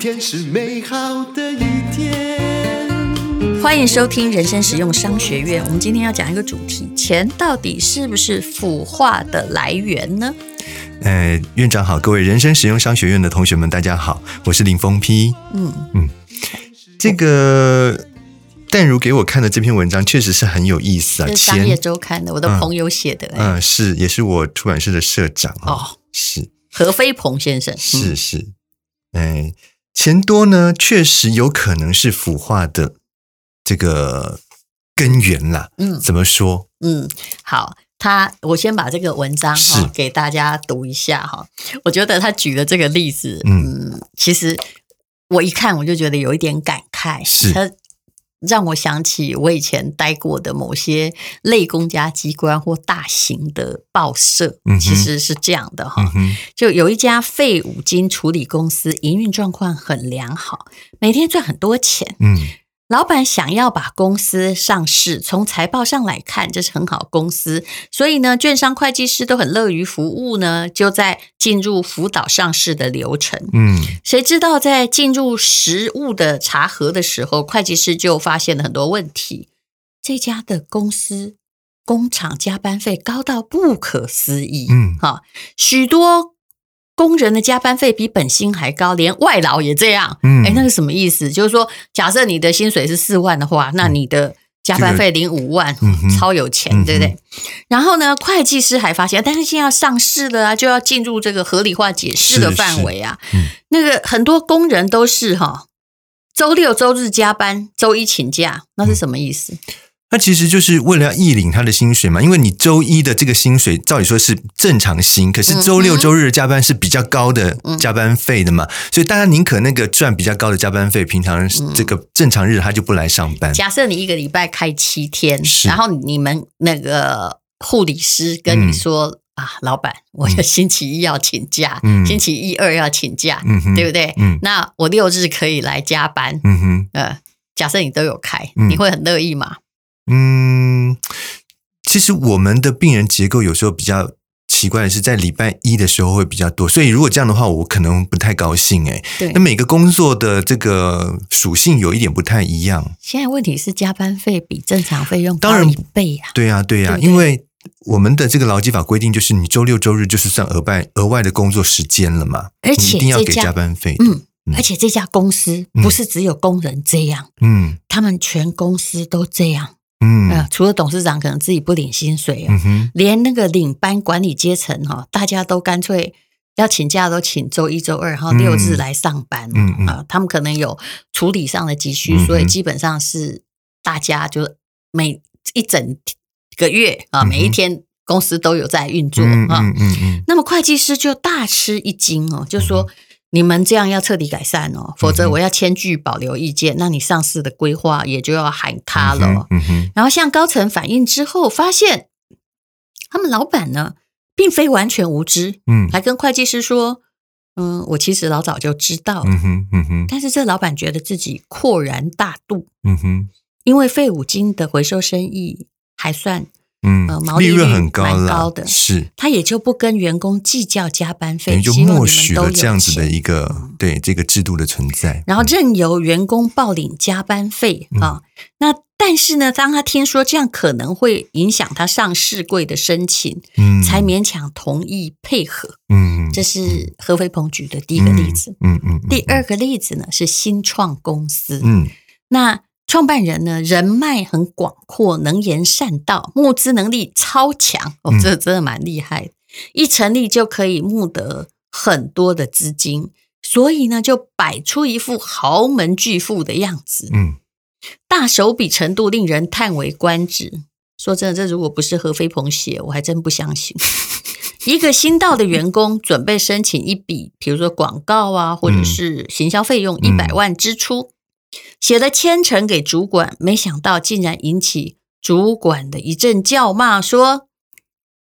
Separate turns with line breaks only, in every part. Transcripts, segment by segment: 天是美好的一天。
欢迎收听人生实用商学院。我们今天要讲一个主题：钱到底是不是腐化的来源呢？
呃，院长好，各位人生实用商学院的同学们，大家好，我是林峰批。
嗯
这个淡如给我看的这篇文章确实是很有意思啊，
这是《商业
前
周刊》的，我的朋友写的、哎
嗯、是也是我出版社的社长啊、
哦，
是
何飞鹏先生。嗯
是是，哎，钱多呢，确实有可能是腐化的这个根源啦。
嗯
怎么说？
嗯，好，他我先把这个文章哈、
是
给大家读一下哈、我觉得他举的这个例子，嗯
嗯
其实我一看我就觉得有一点感慨，
是
他让我想起我以前待过的某些类公家机关或大型的报社，
嗯哼
其实是这样的哈、
嗯哼，
就有一家废五金处理公司，营运状况很良好，每天赚很多钱。
嗯
老板想要把公司上市，从财报上来看，这是很好公司，所以呢，券商会计师都很乐于服务呢，就在进入辅导上市的流程。
嗯，
谁知道在进入实物的查核的时候，会计师就发现了很多问题。这家的公司工厂加班费高到不可思议，
嗯
哈、许多工人的加班费比本薪还高，连外劳也这样。
嗯
哎，那个什么意思？就是说，假设你的薪水是四万的话，那你的加班费领五万，
嗯哼
超有钱，
嗯哼
对不对？然后呢，会计师还发现，哎但是现在要上市了啊，就要进入这个合理化解释的
是
范
是
围啊。
嗯
那个很多工人都是哈、周六周日加班，周一请假，那
嗯
是什么意思？
那其实就是为了要一领他的薪水嘛，因为你周一的这个薪水照理说是正常薪，可是周
嗯
六
哼嗯
周日的加班是比较高的加班费的嘛，所以大家宁可那个赚比较高的加班费，平常
嗯
这个正常日他就不来上班。
假设你一个礼拜开七天，
是
然后你们那个护理师跟你说、啊，老板，我要星期一要请假，
嗯
星期一二要请假，
嗯哼，
对不对？
嗯
那我六日可以来加班，
嗯哼，
呃，假设你都有开，
嗯
你会很乐意吗？
嗯，其实我们的病人结构有时候比较奇怪的是，在礼拜一的时候会比较多，所以如果这样的话，我可能不太高兴哎、
对
那。每个工作的这个属性有一点不太一样。
现在问题是加班费比正常费用
当
高
然
一倍啊呀、
对呀、对呀、
对不对
因为我们的这个劳基法规定，就是你周六周日就是算额外额外的工作时间了嘛，
而且
你一定要
这
给
家
加班费。
嗯，
嗯
而且这家公司不是只有工人这样，
嗯
他们全公司都这样。
嗯
呃，除了董事长可能自己不领薪水哦，
嗯哼，
连那个领班管理阶层哈、大家都干脆要请假都请周一周二，然后六日来上班。
嗯嗯
啊、他们可能有处理上的急需，
嗯哼
所以基本上是大家就是每一整个月啊，
嗯哼
每一天公司都有在运作
嗯
啊。
嗯嗯嗯
那么会计师就大吃一惊哦，就说
嗯。
你们这样要彻底改善哦，否则我要签据保留意见，那你上市的规划也就要喊卡了哦。
嗯哼，
然后向高层反映之后，发现他们老板呢，并非完全无知，
嗯哼
还跟会计师说：“嗯，我其实老早就知道。
嗯哼嗯哼
但是这老板觉得自己阔然大度，
嗯哼
因为废五金的回收生意还算，
嗯
呃毛
嗯，
利
利
率
润很高
蛮
啦
高的
是
他也就不跟员工计较加班
等
费，
于就
希望你
默
们
许
都
了
有
这样子的
钱
一个对这个制度的存在。
然后任由员工暴领加班费
嗯
啊、那但是呢，当他听说这样可能会影响他上市柜的申请，
嗯
才勉强同意配合。
嗯，
这是合肥鹏举的第一个例子。
嗯嗯，嗯
第二个例子呢是新创公司，
嗯
那创办人呢人脉很广阔，能言善道，募资能力超强，哦，
嗯
这真的蛮厉害的。一成立就可以募得很多的资金，所以呢就摆出一副豪门巨富的样子，
嗯
大手笔程度令人叹为观止。说真的，这如果不是何飞鹏写，我还真不相信。 一个新到的员工准备申请一笔，比如说广告啊，或者是行销费用一
嗯
百万支出，写了千层给主管，没想到竟然引起主管的一阵叫骂，说：“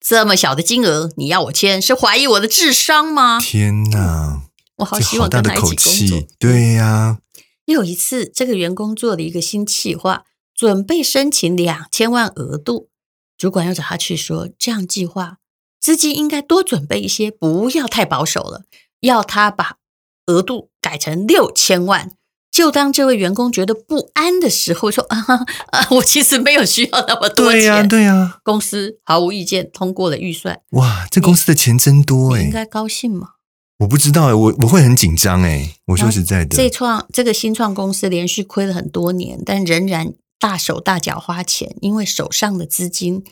这么小的金额你要我签，是怀疑我的智商吗
嗯，天哪，
我好
这
希望
好大
跟
的
他一
口
起工作
气。，对呀，
又有一次，这个员工做了一个新企划，准备申请两千万额度，主管又找他去说，这样计划资金应该多准备一些，不要太保守了，要他把额度改成六千万。就当这位员工觉得不安的时候，说啊啊，我其实没有需要那么多
对
钱。
呀、对呀、
公司毫无意见通过了预算，
哇，这公司的钱真多
你
哎、
应该高兴嘛？
我不知道哎、我我会很紧张哎、我说实在的，
这创这个新创公司连续亏了很多年，但仍然大手大脚花钱，因为手上的资金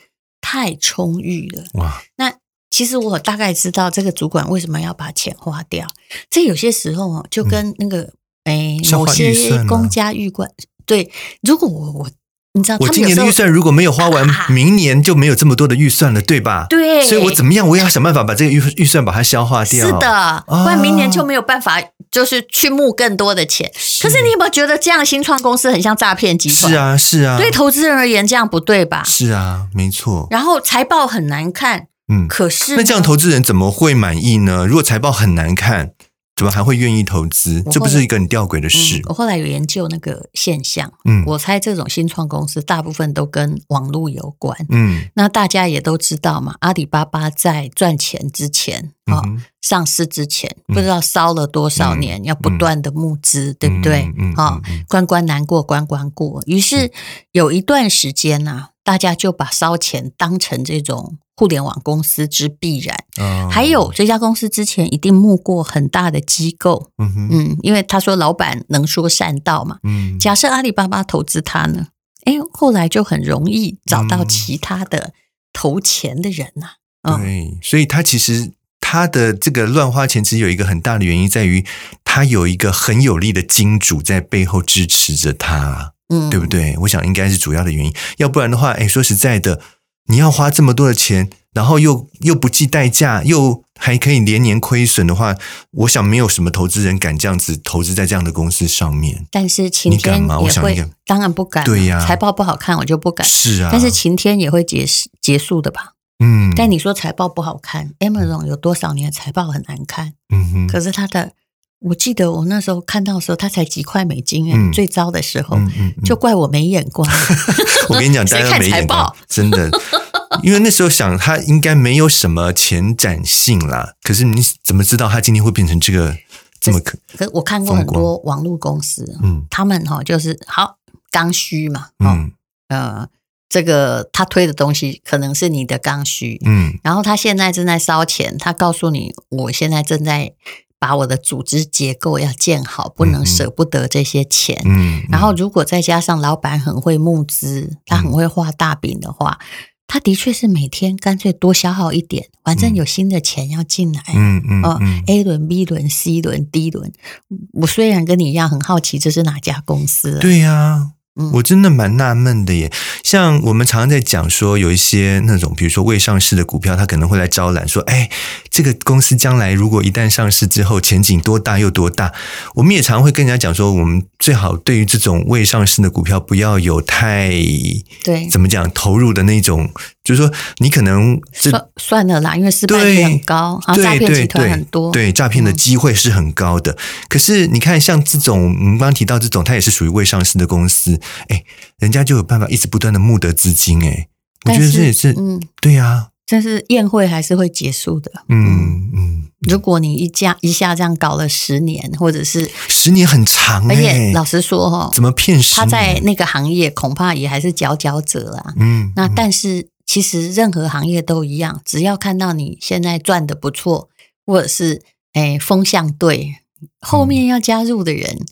太充裕了。
哇，
那其实我大概知道这个主管为什么要把钱花掉。这有些时候哦，就跟那个诶、
嗯消
某
化预算
些
啊
公家预管对，如果我我你知道，
我
他们
今
有
年
时
的
候
预算如果没有花完，
啊
明年就没有这么多的预算了，对吧？。
对，
所以我怎么样，我也要想办法把这个预预算把它消化掉。啊
是，的，不然明年就没有办法，就是去募更多的钱。可是你有没有觉得这样的新创公司很像诈骗集团？
是，啊，是啊，
对投资人而言这样不对吧？
是啊，没错。
然后财报很难看，
嗯，
可是
那这样
呢
投资人怎么会满意呢？如果财报很难看，怎么还会愿意投资？
我
这不
后来
是一个很吊诡的
嗯
事。
我后来有研究那个现象，
嗯
我猜这种新创公司大部分都跟网络有关。
嗯
那大家也都知道嘛，阿里巴巴在赚钱之前
嗯
啊、
哼
上市之前，
嗯
不知道烧了多少年，要不断的募资，对不对
嗯？嗯嗯
啊、
嗯嗯
关关难过关关过。于是有一段时间呐、大家就把烧钱当成这种互联网公司之必然。
哦
还有这家公司之前一定募过很大的机构，
嗯哼
嗯，因为他说老板能说善道嘛。
嗯
假设阿里巴巴投资他呢，哎，后来就很容易找到
嗯
其他的投钱的人呐、嗯
对，所以他其实他的这个乱花钱，其实有一个很大的原因在于，他有一个很有力的金主在背后支持着他，
嗯，
对不对？我想应该是主要的原因，要不然的话，哎，说实在的，你要花这么多的钱，然后又又不计代价，又还可以连年亏损的话，我想没有什么投资人敢这样子投资在这样的公司上面。
但是晴天
你敢吗我
也
想你
会
敢，
当然不敢啊，
对呀
财报不好看我就不敢。
是啊，
但是晴天也会结束结束的吧？
嗯，
但你说财报不好看，Amazon 有多少年财报很难看？
嗯哼，
可是它的，我记得我那时候看到的时候，它才几块美金哎、
嗯
最糟的时候、
嗯嗯嗯
就怪我没眼 光。
我跟你讲，大
谁
家
看
没
财
眼光
报，
真的。因为那时候想，他应该没有什么前瞻性啦。可是你怎么知道他今天会变成这个这么可？
可我看过很多网络公司，
嗯
他们哈、就是好刚需嘛，哦、
嗯
呃，这个他推的东西可能是你的刚需，
嗯
然后他现在正在烧钱，他告诉你，我现在正在把我的组织结构要建好，不
嗯
能
嗯
舍不得这些钱。
嗯。嗯
然后如果再加上老板很会募资，他很会画大饼的话，他的确是每天干脆多消耗一点，反正有新的钱要进来。
嗯嗯
哦
嗯
A 轮、B 轮、C 轮、D 轮，我虽然跟你一样很好奇这是哪家公司，啊
对呀、
嗯
我真的蛮纳闷的耶。像我们常常在讲说，有一些那种，比如说未上市的股票，它可能会来招揽，说，哎，这个公司将来如果一旦上市之后，前景多大又多大。我们也常会跟人家讲说，我们最好对于这种未上市的股票，不要有太
对，
怎么讲投入的那种，就是说你可能这
算算了啦，因为失败率
对
很高，然后
对
诈骗
对
集团
对
很多，
对诈骗的
嗯
机会是很高的。可是你看，像这种我们刚刚提到这种，它也是属于未上市的公司，哎，人家就有办法一直不断的募得资金，哎，我
但
觉得这也是、
嗯，
对呀、
但是宴会还是会结束的。
嗯嗯，
如果你一家一下这样搞了十年，或者是，
十年很长
而且
哎，
老实说哈、
怎么骗十
他
年？
在那个行业恐怕也还是佼佼者啊。
嗯，
那
嗯
但是其实任何行业都一样，只要看到你现在赚的不错，或者是哎风向对，后
嗯
面要加入的人，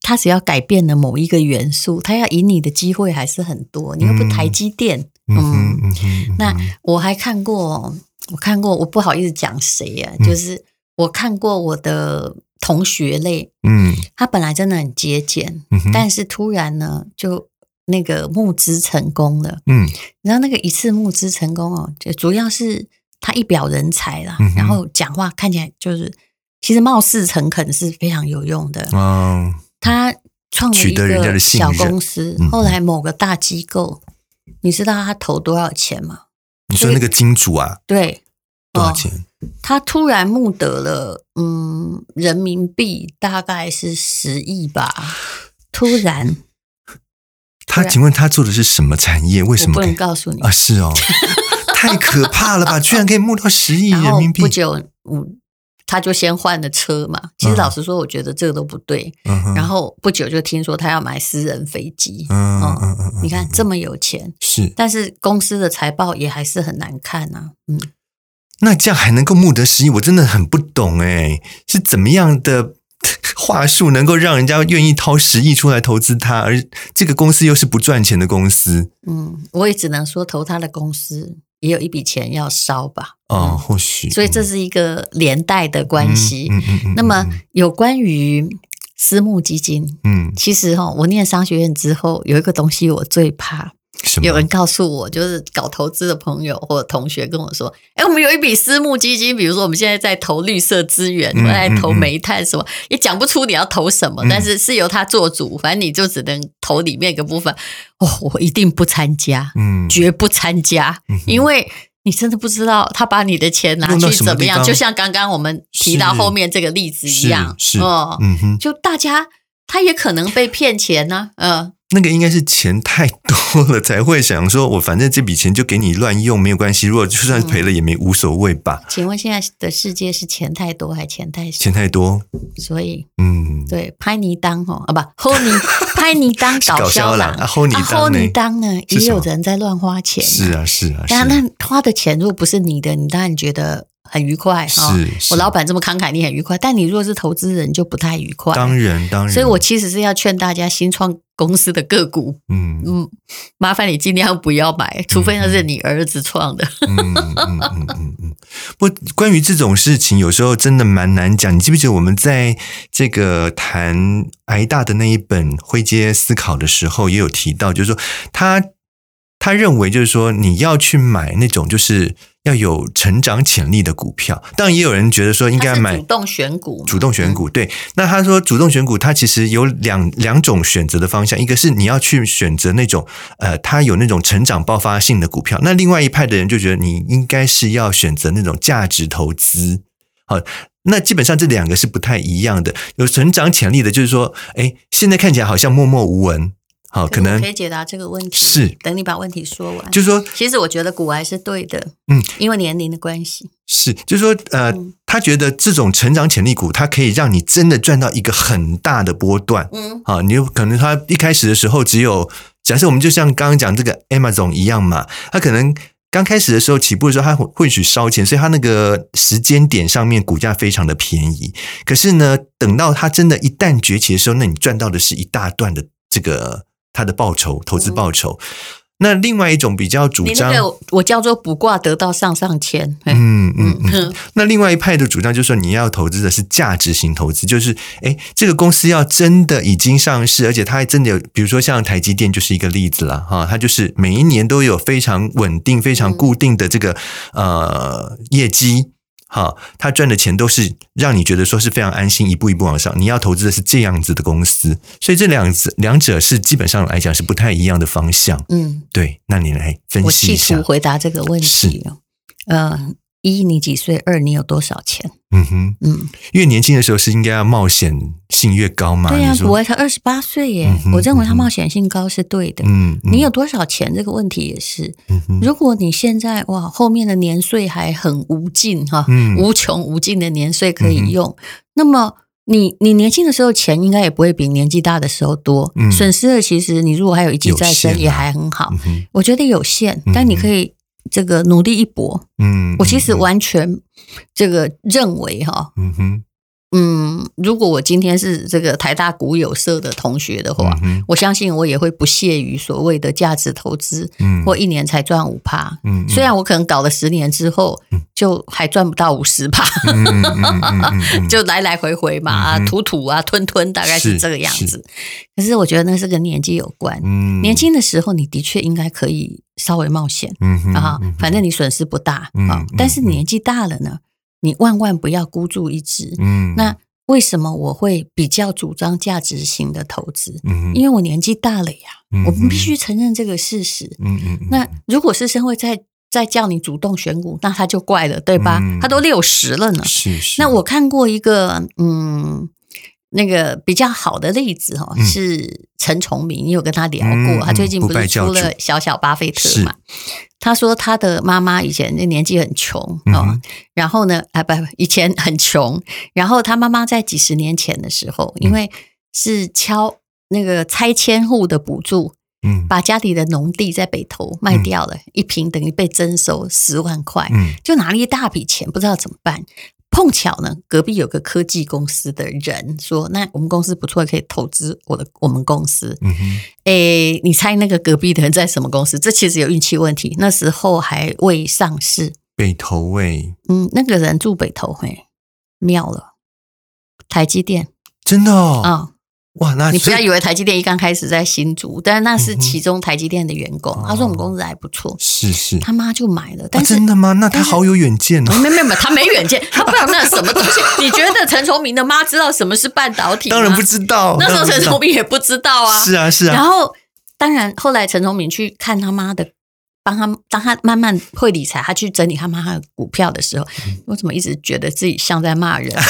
他只要改变了某一个元素，他要赢你的机会还是很多。你又不
嗯
台积电，
嗯哼嗯哼嗯哼，
那我还看过，我看过，我不好意思讲谁呀、
嗯
就是我看过我的同学类，
嗯
他本来真的很节俭，
嗯哼，
但是突然呢，就那个募资成功了。
嗯
然后那个一次募资成功哦，就主要是他一表人才啦，
嗯哼
然后讲话看起来就是，其实貌似诚恳是非常有用的。
哦
他创了
取
一
得人家
个
的信
小
任
公司
嗯，
后来某个大机构，你知道他投多少钱吗？
你说那个金主啊，
对，
多少
哦
钱？
他突然募得了，嗯，人民币大概是十亿吧。突然，
他
对啊
请问他做的是什么产业？为什
我不
么可以
能告诉你。
啊， 是哦，太可怕了吧！居然可以募到十亿
然
人
后
民币
不，久，嗯，他就先换了车嘛。其实老实说，我觉得这个都不对。
嗯哼，
然后不久就听说他要买私人飞机，
嗯
哦
嗯嗯嗯嗯，
你看这么有钱，
是
但是公司的财报也还是很难看呐、嗯，
那这样还能够募得十亿，我真的很不懂哎、是怎么样的话术能够让人家愿意掏十亿出来投资他，而这个公司又是不赚钱的公司
嗯，我也只能说投他的公司也有一笔钱要烧吧。
哦，或许，
嗯，所以这是一个连带的关系。
嗯嗯嗯
那么有关于私募基金，
嗯，嗯
其实哈、哦，我念商学院之后有一个东西我最怕，
什么
有人告诉我，就是搞投资的朋友或者同学跟我说：“哎，我们有一笔私募基金，比如说我们现在在投绿色资源，我
嗯
们在投煤炭什么，也讲不出你要投什么，
嗯
但是是由他做主，反正你就只能投里面一个部分。”哦，我一定不参加，
嗯
绝不参加，
嗯哼
因为。你真的不知道他把你的钱拿
用到
去
什么
怎么
地
样，
方
就像刚刚我们提到
是
后面这个例子一
是
样，
是
哦，
嗯哼，
就大家他也可能被骗钱呢、嗯、
那个应该是钱太多了才会想说，我反正这笔钱就给你乱用没有关系，如果就算赔
嗯
了也没无所谓吧，
请问现在的世界是钱太多还钱太少？
钱太多，
所以
嗯，
对拍泥当哦啊不，齁泥 拍泥当搞
搞
笑
笑
郎
啦，啊，齁你
啊齁
当呢
泥当呢，
是
也
什么
有人在乱花钱、
是，啊是啊，
但
是
那哦花的钱如果不是你的，你当然觉得很愉快哈、
是是
我老板这么慷慨，你很愉快，但你如果是投资人就不太愉快。
当然当然，
所以我其实是要劝大家新创公司的个股，
嗯
嗯，麻烦你尽量不要买，除非那是你儿子创的。
嗯嗯嗯嗯嗯， 不，关于这种事情，有时候真的蛮难讲。你记不记得我们在这个谈挨大的那一本《灰阶思考》的时候，也有提到，就是说他他认为就是说你要去买那种就是要有成长潜力的股票，当然也有人觉得说应该
他是
买
主动选股嘛，
主动选股，对。那他说主动选股，它其实有两两种选择的方向，一个是你要去选择那种呃，它有那种成长爆发性的股票；那另外一派的人就觉得你应该是要选择那种价值投资。好，那基本上这两个是不太一样的。有成长潜力的，就是说，哎，现在看起来好像默默无闻，好，可
是我
能
可以解答这个问题。
是，
等你把问题说完。
就是说
其实我觉得古癌是对的，
嗯，
因为年龄的关系，
是，就是说，呃
嗯，
他觉得这种成长潜力股，它可以让你真的赚到一个很大的波段。
嗯，
啊，你有可能他一开始的时候只有，假设我们就像刚刚讲这个 Amazon 一样嘛，他可能刚开始的时候起步的时候，他会会许烧钱，所以他那个时间点上面股价非常的便宜。可是呢，等到他真的一旦崛起的时候，那你赚到的是一大段的这个他的报酬，投资报酬。那另外一种比较主
你
张
那，个我叫做卜卦得到上上签，嘿
嗯嗯嗯，
嗯，
那另外一派的主张就是说，你要投资的是价值型投资，就是诶，这个公司要真的已经上市，而且它还真的有，比如说像台积电就是一个例子啦，哈，它就是每一年都有非常稳定、非常固定的这个
嗯
呃业绩。哈，它赚的钱都是让你觉得说是非常安心，一步一步往上。你要投资的是这样子的公司，所以这两子两者是基本上来讲是不太一样的方向。
嗯，
对，那你来分
我
析一
企
下
图。回答这个问题哦。呃，一你几岁？二你有多少钱？
嗯哼，
嗯，
越年轻的时候是应该要冒险性越高嘛？
对呀、啊
你
古
说
癌才二十八岁耶
嗯，哼
我认为
嗯
他
哼
冒险性高是对的。
嗯，嗯
你有多少钱这个问题也是，
嗯哼
如果你现在哇，后面的年岁还很无尽哈，
嗯
无穷无尽的年岁
嗯
可
哼
以用，那么你你年轻的时候钱应该也不会比年纪大的时候多，
嗯
损失了其实你如果还有一技
有
在身
限
也
啊
还很好，
嗯哼
我觉得有限，但你可以这个努力一搏。
嗯，
我其实
嗯
完全这个认为哈，
嗯哼
嗯，如果我今天是这个台大股友社的同学的话，
嗯哼
我相信我也会不屑于所谓的价值投资，
嗯
或一年才赚五趴，
嗯
虽然我可能搞了十年之后
嗯，
就还赚不到五十吧，
嗯嗯嗯嗯嗯嗯
就来来回回嘛，
嗯，
啊
哼
吐吐啊，吞吞，大概是
是
这个样子
是。
可是我觉得那是跟年纪有关，
嗯
年轻的时候你的确应该可以稍微冒险
嗯哼
啊
嗯哼，
反正你损失不大
嗯
啊
嗯。
但是你年纪大了呢，你万万不要孤注一掷。
嗯
那为什么我会比较主张价值型的投资？
嗯
因为我年纪大了呀，
为
我们必须承认这个事实。
嗯嗯嗯
那如果是社会在在叫你主动选股，那他就怪了，对吧？
嗯
他都六十了呢。
是是
那我看过一个，嗯，那个比较好的例子哈、哦，
嗯
是陈崇明，你有跟他聊
嗯
过，他最
嗯
近
不
不
败
是
教
出了
主
小小巴菲特
是
嘛？他说他的妈妈以前那年纪很穷
嗯
哦，
哼
然后呢，啊不，以前很穷，然后他妈妈在几十年前的时候，
嗯
因为是敲那个拆迁户的补助，
嗯
把家里的农地在北投卖掉了，一平等于被征收十万块，
嗯
就拿了一大笔钱，不知道怎么办。碰巧呢，隔壁有个科技公司的人说：“那我们公司不错，可以投资我的我们公司。
嗯哼，”
诶，你猜那个隔壁的人在什么公司？这其实有运气问题，那时候还未上市。
北投喂，
嗯，那个人住北投，嘿，妙了，台积电
真的哦，
啊、
哇，那
你不
所以
要以为台积电一刚开始在新竹，但那是其中台积电的员工。
嗯哼
他说我们公司还不错，
是是，
他妈就买了，
啊
但是。
哦真的吗？那他
但是
好有远见哦。
没没没，他没远 见，他不知道那是什么东西。 你觉得陈崇明的妈知道什么是半导体吗？
当然不知道，
啊那时候
当然
陈
不知道
崇明也不知道啊。
是啊是
然
啊，
后，当然后来陈崇明去看他妈的，帮他当他慢慢会理财，他去整理他妈的股票的时候，
嗯
我怎么一直觉得自己像在骂 人呢？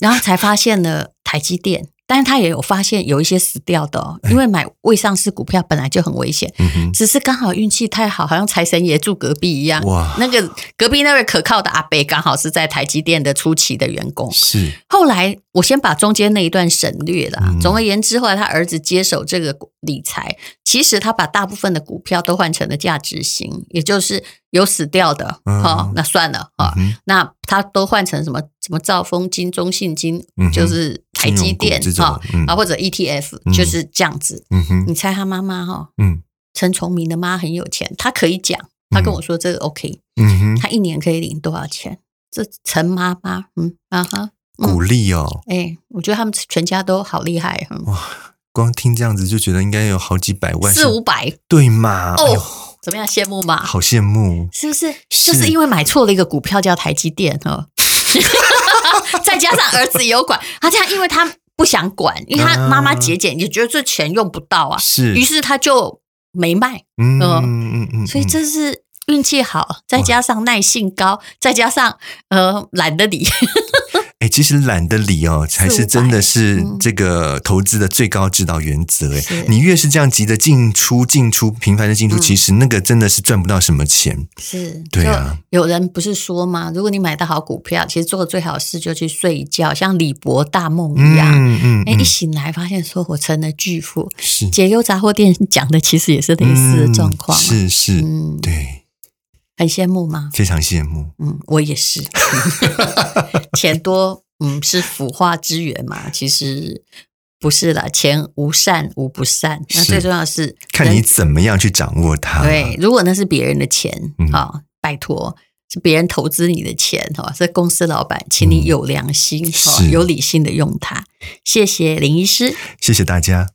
然后才发现了台积电，但是他也有发现有一些死掉的哦，因为买未上市股票本来就很危险。
嗯哼，
只是刚好运气太好，好像财神爷住隔壁一样。
哇
那个隔壁那位可靠的阿伯，刚好是在台积电的初期的员工，
是
后来我先把中间那一段省略了啊、
嗯
总而言之，后来他儿子接手这个理财，其实他把大部分的股票都换成了价值型，也就是有死掉的，
嗯
哦，那算了啊、哦
嗯哼
那他都换成什么什么兆丰金、中信金，
嗯哼
就是台积
金融股
电
这种
啊、
嗯
啊或者 ETF，、
嗯
就是这样子。
嗯哼
你猜他妈妈哈、哦？
嗯
陈崇明的妈很有钱，她可以讲，她跟我说这个 OK，、
嗯哼，
她一年可以领多少钱？这陈妈妈，嗯啊哈，嗯
鼓励哦，
哎、我觉得他们全家都好厉害，嗯
哇，光听这样子就觉得应该有好几百万，
四五百
对嘛？
哦
哎呦
怎么样？羡慕吗？
好羡慕，
是不是？
是
就是因为买错了一个股票叫台积电 哈，哦再加上儿子有管，他这样，因为他不想管，因为他妈妈节俭，也觉得这钱用不到啊，
啊是，
于是他就没卖，
嗯
呃
嗯嗯，
所以
嗯
这是。运气好，再加上耐性高，再加上呃懒得理，
哎，其实懒得理哦，才是真的是
嗯
这个投资的最高指导原则。哎，
是
你越是这样急着进出进出，频繁的进出，
嗯
其实那个真的是赚不到什么钱。
是，
对啊
就有人不是说吗？如果你买到好股票，其实做的最好的事就去睡一觉，像李博大梦一样。
嗯
哎、一醒来发现说我成了巨富。
是
解忧杂货店 讲的其实也是类似的状况、啊
嗯是是，
嗯，
对，
很羡慕吗？
非常羡慕。
嗯，我也是。 钱多，嗯，是腐化之源嘛？其实不是啦，钱无善无不善，那
是
最重要的是
看
人
你怎么样去掌握它。
对，，如果那是别人的钱
嗯
啊、拜托，是别人投资你的钱哈、是公司老板，请你有良心哈、
嗯是
有理性的用它。谢谢林医师。
谢谢大家。